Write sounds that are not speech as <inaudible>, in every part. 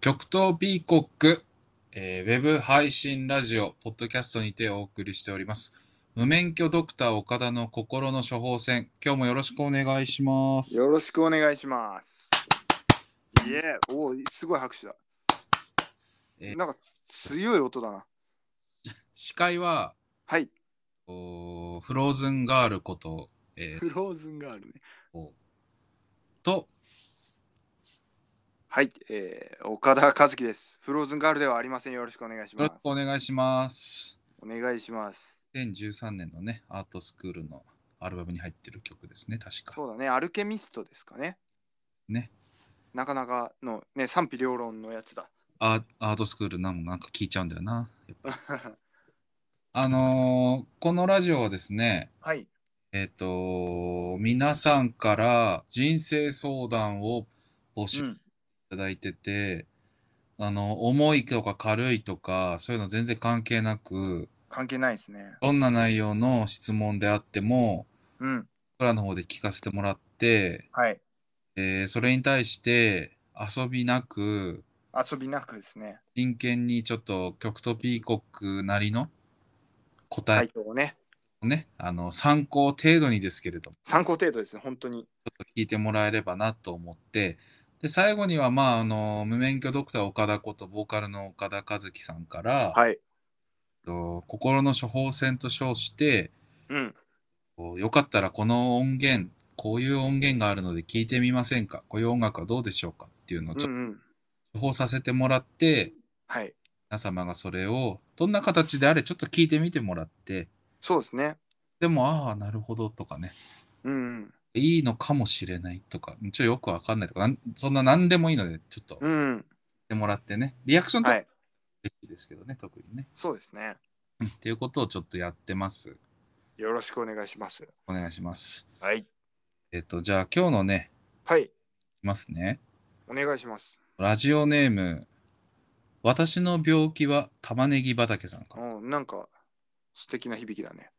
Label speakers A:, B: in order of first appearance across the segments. A: 極東ピーコック、えーウェブ配信ラジオ、ポッドキャストにてお送りしております。無免許ドクター岡田の心の処方箋、今日もよろしくお願いします。
B: よろしくお願いします。いえ、おお、すごい拍手だ。
A: えー
B: なんか強い音だな。
A: 司会は、
B: はい、
A: おーフローズンガールこと、えー
B: フローズンガールね。
A: おと、
B: はい、えー、岡田和樹です。フローズンガールではありません。よろしくお願いし
A: よろ
B: ま
A: しく
B: す。
A: お願いします。
B: お願いします。
A: 2013年のね、アートスクールのアルバムに入ってる曲ですね、確か。
B: そうだね、アルケミストですかね。
A: ね。
B: なかなかのね、賛否両論のやつだ。
A: アアートスクールなんもなんか聞いちゃうんだよな。やっぱ
B: <laughs>
A: あのーこのラジオはですね、
B: はい、
A: えっ、と、皆さんから人生相談を募集
B: うん
A: いただいてて、あの、重いとか軽いとか、そういうの全然関係なく、
B: 関係ないですね。
A: どんな内容の質問であっても、
B: うん、
A: 僕らの方で聞かせてもらって、
B: はい。
A: えーそれに対して遊びなく、
B: 遊びなくですね。
A: 真剣にちょっと極東ピーコックなりの答
B: 回
A: え
B: 答をね、
A: をね、あの、参考程度にですけれども
B: 参考程度ですね、本当に。
A: 聞いてもらえればなと思って、で、最後には、まあ、あの、無免許ドクター岡田こと、ボーカルの岡田和樹さんから、
B: はい。
A: えっと心の処方箋と称して、
B: うん、
A: こうよかったらこの音源、こういう音源があるので聞いてみませんかこういう音楽はどうでしょうかっていうのを
B: う
A: ちょっ
B: ん、うん。
A: と処方させてもらって、
B: はい。
A: 皆様がそれを、どんな形であれちょっと聞いてみてもらって、
B: そうですね。
A: でも、ああ、なるほどとかね、
B: うん、うん。
A: いいのかもしれないとか、ちょっとよくわかんないとか、なんそんな何でもいいので、ちょっと。
B: うん、
A: ってもらってね、リアクションとか
B: はい
A: 嬉しいですけどね、特にね。
B: そうですね。
A: うんっていうことをちょっとやってます。
B: よろしくお願いします。
A: お願いします。
B: はい。
A: えっ、と、じゃあ今日のね、
B: はい、
A: いきますね。
B: お願いします。
A: ラジオネーム、私の病気は玉ねぎ畑さんから。
B: うん、なんか素敵な響きだね。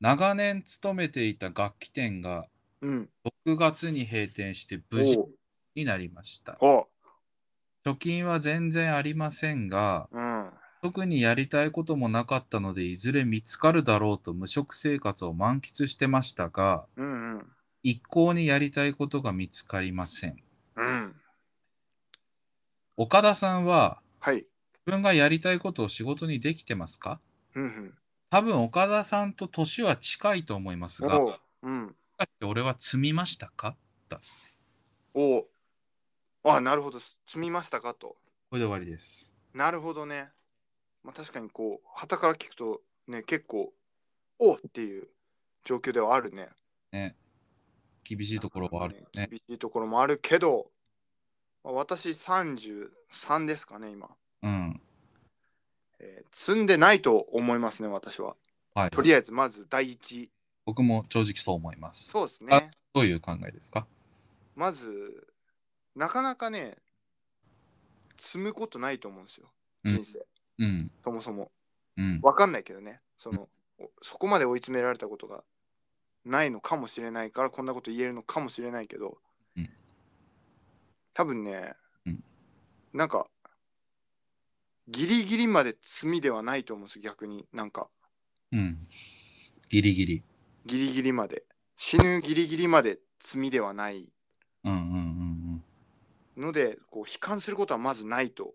A: 長年勤めていた楽器店が
B: うん。
A: 6月に閉店して無事
B: お
A: になりました。
B: おお
A: 貯金は全然ありませんが、
B: う、うん。
A: 特にやりたいこともなかったので、いずれ見つかるだろうと無職生活を満喫してましたが、
B: うんうん。
A: 一向にやりたいことが見つかりません。
B: うん。
A: 岡田さんは
B: はい。
A: 自分がやりたいことを仕事にできてますか
B: うんうん。
A: 多分岡田さんと年は近いと思いますが、
B: お
A: し
B: ううん。
A: かし俺は積みましたかだっすね
B: おうあ、なるほど。積みましたかと。
A: これで終わりです。
B: なるほどね。まあ確かにこう、旗から聞くとね、結構、おうっていう状況ではあるね。
A: 厳しいところはあるよね。
B: 厳しいところもあるけど、まあ私33ですかね、今。
A: うん。
B: えー積んでないと思いますね、私は。
A: はい。
B: とりあえず、まず第一。
A: 僕も正直そう思います。
B: そうです
A: あ
B: ね。
A: どういう考えですか
B: まず、なかなかね、積むことないと思うんですよ。
A: うん
B: 人生。
A: うん。
B: そもそも。
A: うん。
B: わかんないけどね。その、おそこまで追い詰められたことがないのかもしれないから、こんなこと言えるのかもしれないけど、
A: うん
B: 多分ね、
A: うん
B: なんか、ギリギリまで積みではないと思うんですよ、逆に。なんか。
A: うん。ギリギリ。
B: ギリギリまで死ぬギリギリまで罪ではない
A: うんうんうん
B: のでこう悲観することはまずないと、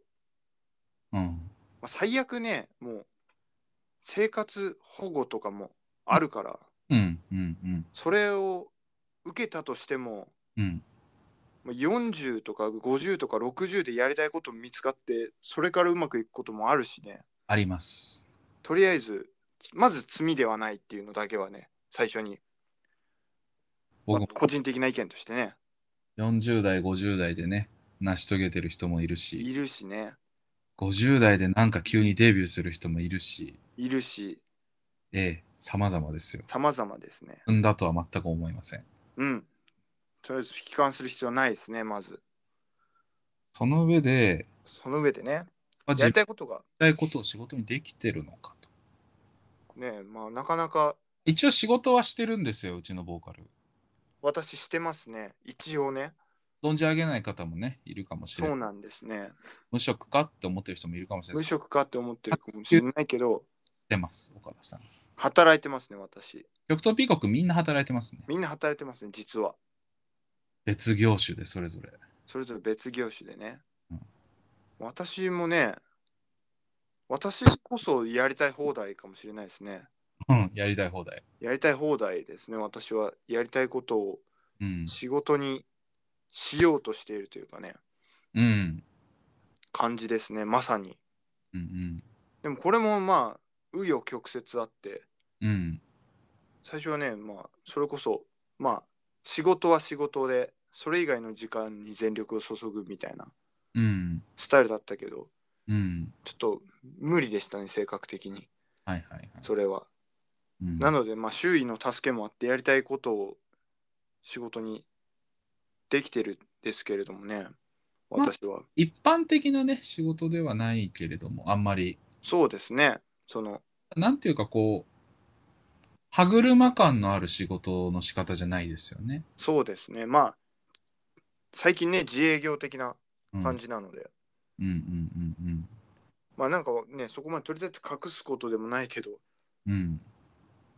A: うん。うん。
B: まあ、最悪ねもう生活保護とかもあるから
A: うんうんうん
B: それを受けたとしても
A: うん。
B: まあ40とか50とか60でやりたいこと見つかってそれからうまくいくこともあるしね
A: あります。
B: とりあえずまず罪ではないっていうのだけはね最初に、ま
A: 僕
B: あ
A: も
B: 個人的な意見としてね
A: 40代、50代でね、成し遂げてる人もいるし。
B: いるしね
A: 50代でなんか急にデビューする人もいるし、
B: いるし
A: ええ、様々ですよ。
B: 様々ですね
A: んだとは全く思いません。
B: うん。とりあえず悲観する必要はないですね、まず。
A: その上で、
B: その上でね、
A: まあ、自
B: や
A: 分のや
B: りたいことが
A: りたいことを仕事にできてるのかと。
B: ね、まあ、なかなか
A: 一応仕事はしてるんですよ、うちのボーカル。
B: 私してますね、一応ね。
A: 存じ上げない方もね、いるかもしれ
B: そう
A: ない。
B: なんですね。
A: 無職かって思ってる人もいるかもしれない
B: 無
A: です。
B: 職かって思ってるかもしれないけど、
A: してます、岡田さん。
B: 働いてますね、私。
A: 極東ピーコックみんな働いてますね。
B: みんな働いてますね、実は。
A: 別業種でそれぞれ。
B: それぞれ別業種でね。
A: うん
B: 私もね、私こそやりたい放題かもしれないですね。
A: うん、やりたい放題。
B: やりたい放題ですね、私は。やりたいことを
A: うん。
B: 仕事にしようとしているというかね、
A: うん。
B: 感じですね、まさに。
A: うん。
B: でもこれもまあ、紆余曲折あって、
A: うん。うん。
B: 最初はね、まあ、それこそ、まあ、仕事は仕事で、それ以外の時間に全力を注ぐみたいな
A: うん。
B: スタイルだったけど、
A: うん。
B: ちょっと無理でしたね、性格的に、
A: はいはいはい。
B: それは。
A: うん
B: なので、まあ、周囲の助けもあって、やりたいことを仕事にできてるんですけれどもね、私は。
A: 一般的なね、仕事ではないけれども、あんまり、
B: そうですね、その、
A: なんていうかこう、歯車感のある仕事の仕方じゃないですよね。
B: そうですね、まあ、最近ね、自営業的な
A: うん、
B: 感じなので、
A: うんうんうん
B: まあ、なんかね、そこまで取り立てて隠すことでもないけど、
A: うん。うん。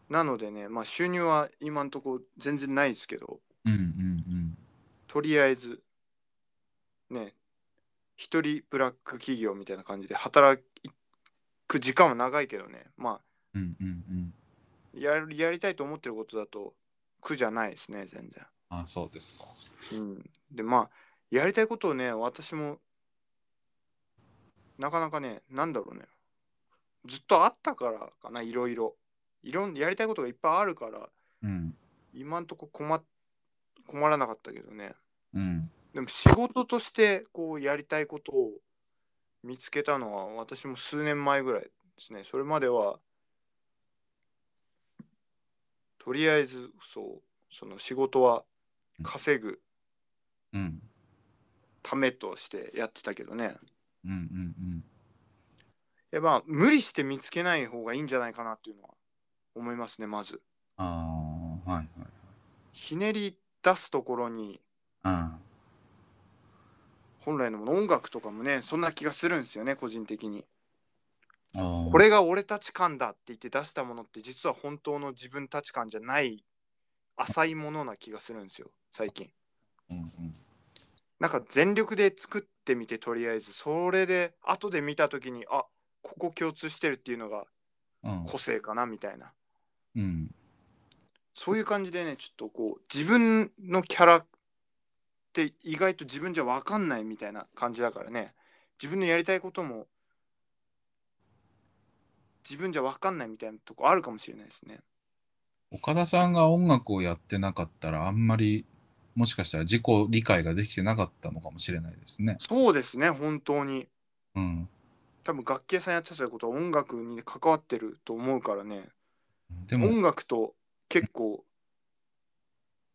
B: なのでね、まあ、収入は今んとこ全然ないですけど、
A: うんうん
B: とりあえず、ね、一人ブラック企業みたいな感じで働く時間は長いけどね、まあ、
A: うん。うんうんうん。
B: やるやりたいと思ってることだと苦じゃないですね、全
A: あ、そうですか。
B: 然。うん、で、まあ、やりたいことをね、私も、なかなかね、なんだろうね、ずっとあったからかな、いろいろ。いろんやりたいことがいっぱいあるから、
A: うん。
B: 今んとこ困っ困らなかったけどね
A: うん。
B: でも仕事としてこうやりたいことを見つけたのは私も数年前ぐらいですねそれまではとりあえずそうその仕事は稼ぐ
A: うん。
B: ためとしてやってたけどね
A: うんうん
B: やっぱ無理して見つけない方がいいんじゃないかなっていうのは思いますねまず
A: うん。ああ、はいはい。
B: ひねり出すところに
A: あ
B: 本来のもの音楽とかもねそんな気がするんですよね個人的に
A: あー。
B: これが俺たち感だって言って出したものって実は本当の自分たち感じゃない浅いものな気がするんですよ最近
A: うんうん
B: なんか全力で作ってみてとりあえずそれで後で見た時にあここ共通してるっていうのが
A: うん
B: 個性かなみたいな
A: うん
B: そういう感じでねちょっとこう自分のキャラって意外と自分じゃ分かんないみたいな感じだからね自分のやりたいことも自分じゃ分かんないみたいなとこあるかもしれないですね
A: 岡田さんが音楽をやってなかったら、あんまり、もしかしたら自己理解ができてなかったのかもしれないですね。
B: そうですね本当に
A: うん。
B: 多分楽器屋さんやってたことは音楽に関わってると思うからね、
A: でも、
B: 音楽と結構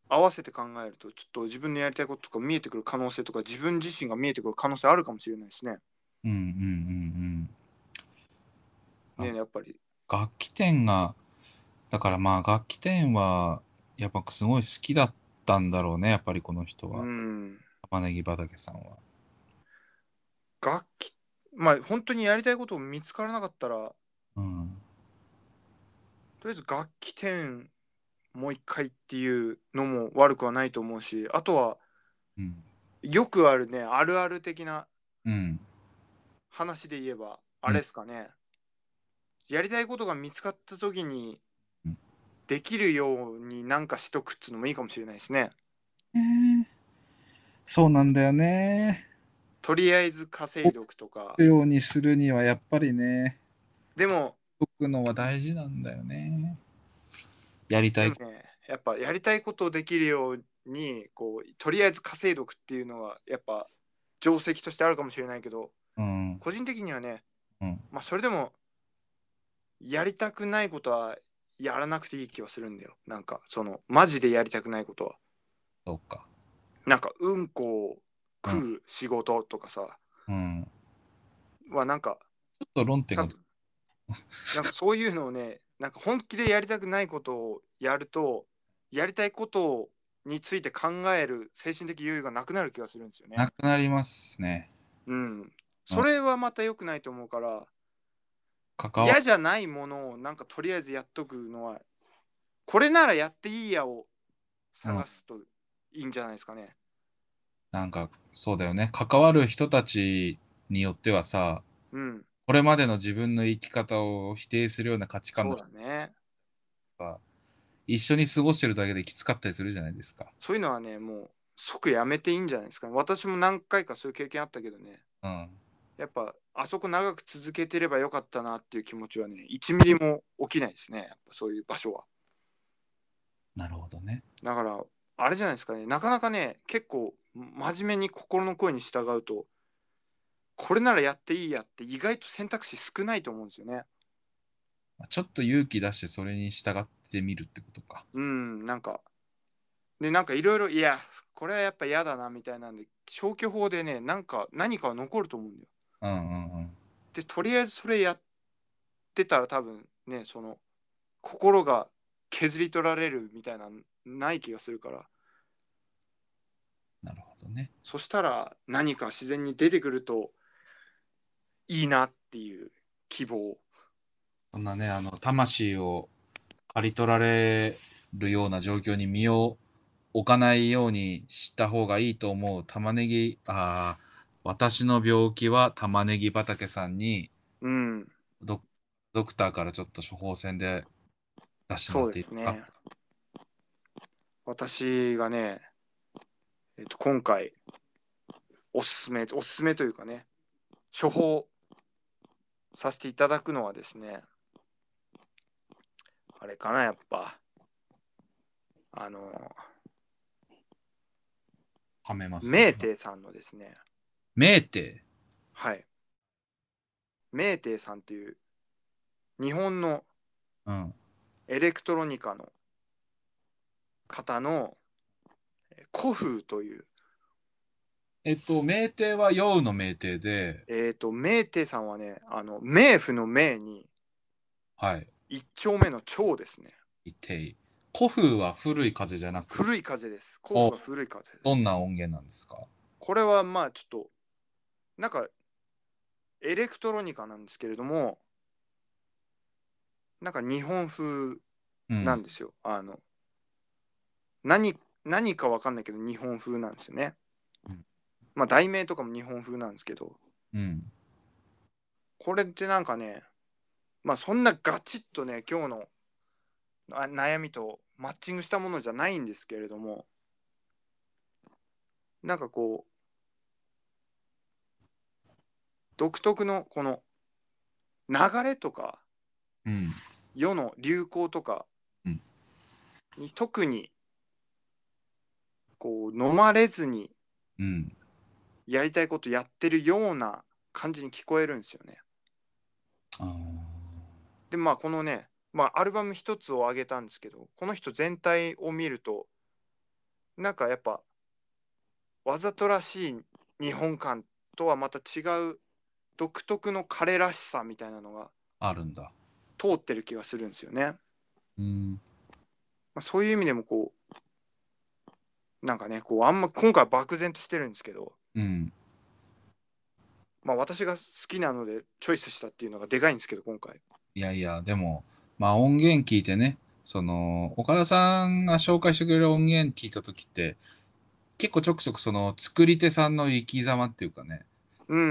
B: 合わせて考えるとちょっと自分のやりたいこととか見えてくる可能性とか自分自身が見えてくる可能性あるかもしれないですね
A: うんうんうんうん。
B: ねやっぱり
A: 楽器店が、だからまあ楽器店は、やっぱすごい好きだったんだろうね、やっぱりこの人は。
B: うん
A: 玉ねぎ畑さんは。
B: 楽器まあ本当にやりたいことを見つからなかったらと
A: うん。
B: りあえず楽器店もう一回っていうのも悪くはないと思うしあとは
A: うん。
B: よくあるねあるある的な
A: うん。
B: 話で言えばあれですかね、やりたいことが見つかった時に
A: うん
B: できるようになんかしとくっつうのもいいかもしれないですね
A: そうなんだよね。
B: とりあえず稼いどくとか
A: ようにするにはやっぱりね、
B: でも
A: 解くのは大事なんだよね。やりた
B: で
A: い
B: も。ねやっぱやりたいことをできるようにこうとりあえず稼いどくっていうのはやっぱ定石としてあるかもしれないけど
A: うん。
B: 個人的にはね、
A: うん
B: まあそれでもやりたくないことはやらなくていい気はするんだよなんかそのマジでやりたくないことは
A: そうか。
B: なんかうんこを食う仕事とかさ、
A: うん。
B: はなんか
A: ちょっと論点
B: 多
A: が
B: 分なんかそう <laughs> いうのをねなんか本気でやりたくないことをやるとやりたいことをについて考える精神的余裕がなくなる気がするんですよね。
A: なくなりますね。
B: うん、それはまた良くないと思うから
A: 関わ
B: 嫌じゃないものをなんかとりあえずやっとくのはこれならやっていいやを探すといいんじゃないですかね。
A: なんか、そうだよね。関わる人たちによってはさ、
B: うん、
A: これまでの自分の生き方を否定するような価値観
B: そう
A: が
B: だね。
A: 一緒に過ごしてるだけできつかったりするじゃないですか。
B: そういうのはねもう即やめていいんじゃないですかね。私も何回かそういう経験あったけどね
A: うん。
B: やっぱあそこ長く続けてればよかったなっていう気持ちはね1ミリも起きないですねやっぱそういう場所は。
A: なるほどね。
B: だからあれじゃないですかねなかなかね結構真面目に心の声に従うとこれならやっていいやって意外と選択肢少ないと思うんですよね
A: ちょっと勇気出してそれに従ってみるってことか。
B: うんなんかでなんかいろいろいやこれはやっぱ嫌だなみたいなんで消去法でねなんか何かは残ると思うんだよ
A: うんうんうん。
B: でとりあえずそれやってたら多分ねその心が削り取られるみたいなのない気がするから
A: なるほどね。
B: そしたら何か自然に出てくるといいなっていう希望。
A: そんなね、あの、魂を刈り取られるような状況に身を置かないようにした方がいいと思う玉ねぎ、ああ、私の病気は玉ねぎ畑さんに
B: うん、
A: ドク、ドクターからちょっと処方箋で出しても
B: そ
A: らっ
B: う
A: てい
B: で
A: い
B: す
A: ですか
B: ね。私がね、えっと、今回、おすすめ、おすすめというかね、処方させていただくのはですね、あれかな、やっぱ。あの、
A: はめます。
B: メー。テさんのですね、
A: メーテ。
B: はい。メーテさんっていう、日本の
A: うん。
B: エレクトロニカの方のえー古風という、
A: えっと、メーテは陽のメーテで、
B: えっ、と、メーテさんはね、あの、冥府の冥に
A: はい。
B: 一丁目の蝶ですね。
A: いてい。古風は古い風じゃなく、
B: 古い風です。古風は古い風です。
A: どんな音源なんですか
B: これはまあちょっと、なんか、エレクトロニカなんですけれども、なんか日本風
A: うん。
B: なんですよ。あの、何、何かわかんないけど日本風なんですよね
A: うん。
B: まあ題名とかも日本風なんですけど、
A: うん。
B: これってなんかねまあそんなガチッとね今日のあ悩みとマッチングしたものじゃないんですけれどもなんかこう独特のこの流れとか
A: うん。
B: 世の流行とか
A: うん
B: に特にこう飲まれずに
A: うん。
B: やりたいことやってるような感じに聞こえるんですよね。
A: あー
B: でまあこのね、まあ、アルバム一つを上げたんですけどこの人全体を見るとなんかやっぱわざとらしい日本感とはまた違う独特の彼らしさみたいなのが
A: あるんだ。
B: 通ってる気がするんですよね。
A: うん。
B: まあ、そういう意味でもこうなんかねこうあんま今回は漠然としてるんですけど、
A: うん。
B: まあ、私が好きなのでチョイスしたっていうのがでかいんですけど今回。
A: いやいや、でも、まあ音源聞いてね、その、岡田さんが紹介してくれる音源聞いたときって、結構ちょくちょくその作り手さんの生き様っていうかね、
B: うんう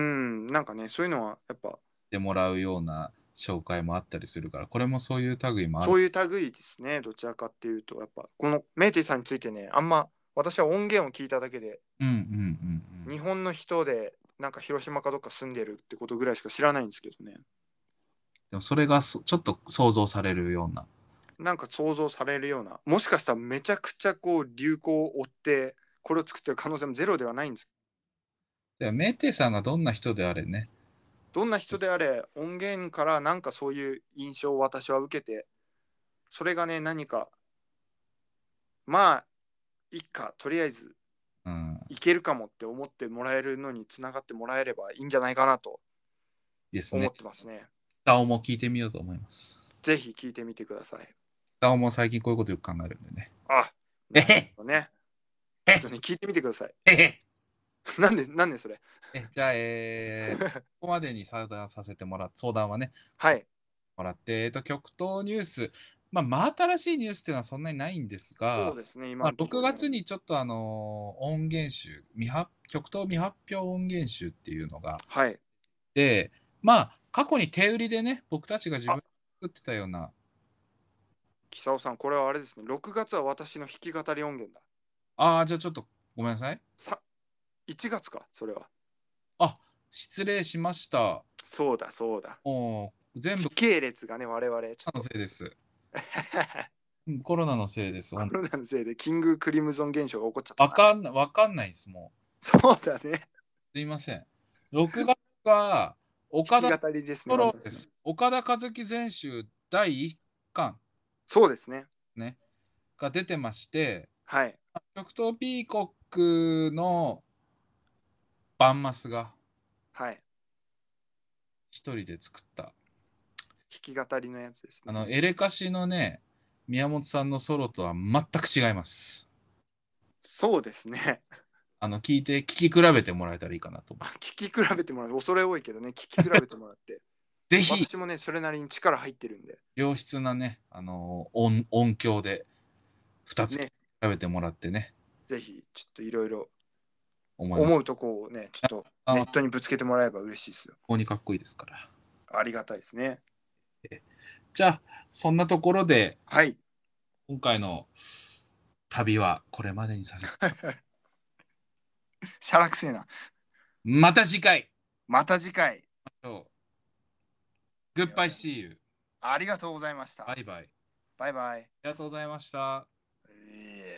B: んなんかねそういうのはやっぱ
A: してもらうような紹介もあったりするから、これもそういう類もあ
B: そう
A: る。
B: いう類ですね、どちらかっていうと、やっぱ、このメイティさんについてね、あんま、私は音源を聞いただけで、
A: うんうんうんう
B: 日
A: ん。
B: 本の人で、なんか広島かどっか住んでるってことぐらいしか知らないんですけどね、
A: でもそれがそちょっと想像されるような。
B: なんか想像されるような、もしかしたらめちゃくちゃこう、流行を追って、これを作ってる可能性もゼロではないんです。
A: でも、メーテイさんがどんな人であれね、
B: どんな人であれ、音源からなんかそういう印象を私は受けて、それがね、何か、まあ、いっか、とりあえず
A: うん。
B: いけるかもって思ってもらえるのにつながってもらえればいいんじゃないかなと
A: です
B: 思
A: ね
B: っ。てますね。
A: 北尾も聞いてみようと思います。
B: ぜひ聞いてみてください。
A: 北尾も最近こういうことよく考えるんでね。
B: あ、なるほどね。ちょっとね、聞いてみてください。
A: えへ
B: <laughs> なんで、なんでそれ。
A: えじゃあ、えーここまでに相談させてもらっ相談はね、
B: はい。
A: もらって、えっと、極東ニュース、まあ、真新しいニュースっていうのはそんなにないんですが
B: そう、ですね、
A: ま
B: 今
A: あ、。6月。にちょっとあのー音源集未発、極東未発表音源集っていうのがあっ
B: はい。
A: て、まあ、過去に手売りでね、僕たちが自分で作ってたような、
B: キサオさん、これはあれですね。6月は私の弾き語り音源だ。
A: ああ、じゃあちょっとごめんなさい。
B: さ、1月か、それは。
A: 失礼しました。
B: そうだ、そうだ。
A: もう全部
B: 時系列がね、我々、ち
A: コ
B: ょ
A: ロナの
B: っと。
A: せい
B: <laughs>
A: です。うんコロナのせいです。
B: コ
A: 本当
B: ロナのせいで、キングクリムゾン現象が起こっちゃったな。
A: わかんなわかんないです、も
B: そうだね。
A: う。すいません。6月が岡
B: 弾
A: 田
B: き語りですね
A: ソ。ロです。岡田和樹全集第1巻
B: そうですね。
A: が出てまして、
B: はい。
A: 極東ピーコックのバンマスが
B: はい。
A: 一人で作った。
B: 弾き語りのやつです
A: あ
B: ね。
A: の、エレカシのね、宮本さんのソロとは全く違います。
B: そうです
A: <laughs>
B: ね。
A: あの、聞いて、聞き比べてもらえたらいいかなと思う。
B: 聞き比べてもらって、恐れ多いけどね、聞き比べてもらって。
A: <laughs> ぜひ、
B: 私もね、それなりに力入ってるんで。
A: 良質なね、あの音音響で2つ比
B: ね
A: べてもらってね、
B: ぜひ、ちょっといろいろ
A: 思います
B: 思うとこをね、ちょっと
A: あ
B: ネットにぶつけてもらえば嬉しいですよ。
A: ここにかっこいいですから。
B: ありがたいですね。
A: じゃあ、そんなところで、
B: はい。
A: 今回の旅はこれまでにさせて、
B: しゃらくせえな。
A: また次回
B: また次回、
A: グッバイ See you!
B: ありがとうございました。
A: バイバイ。
B: バイバイ。
A: ありがとうございました。
B: えー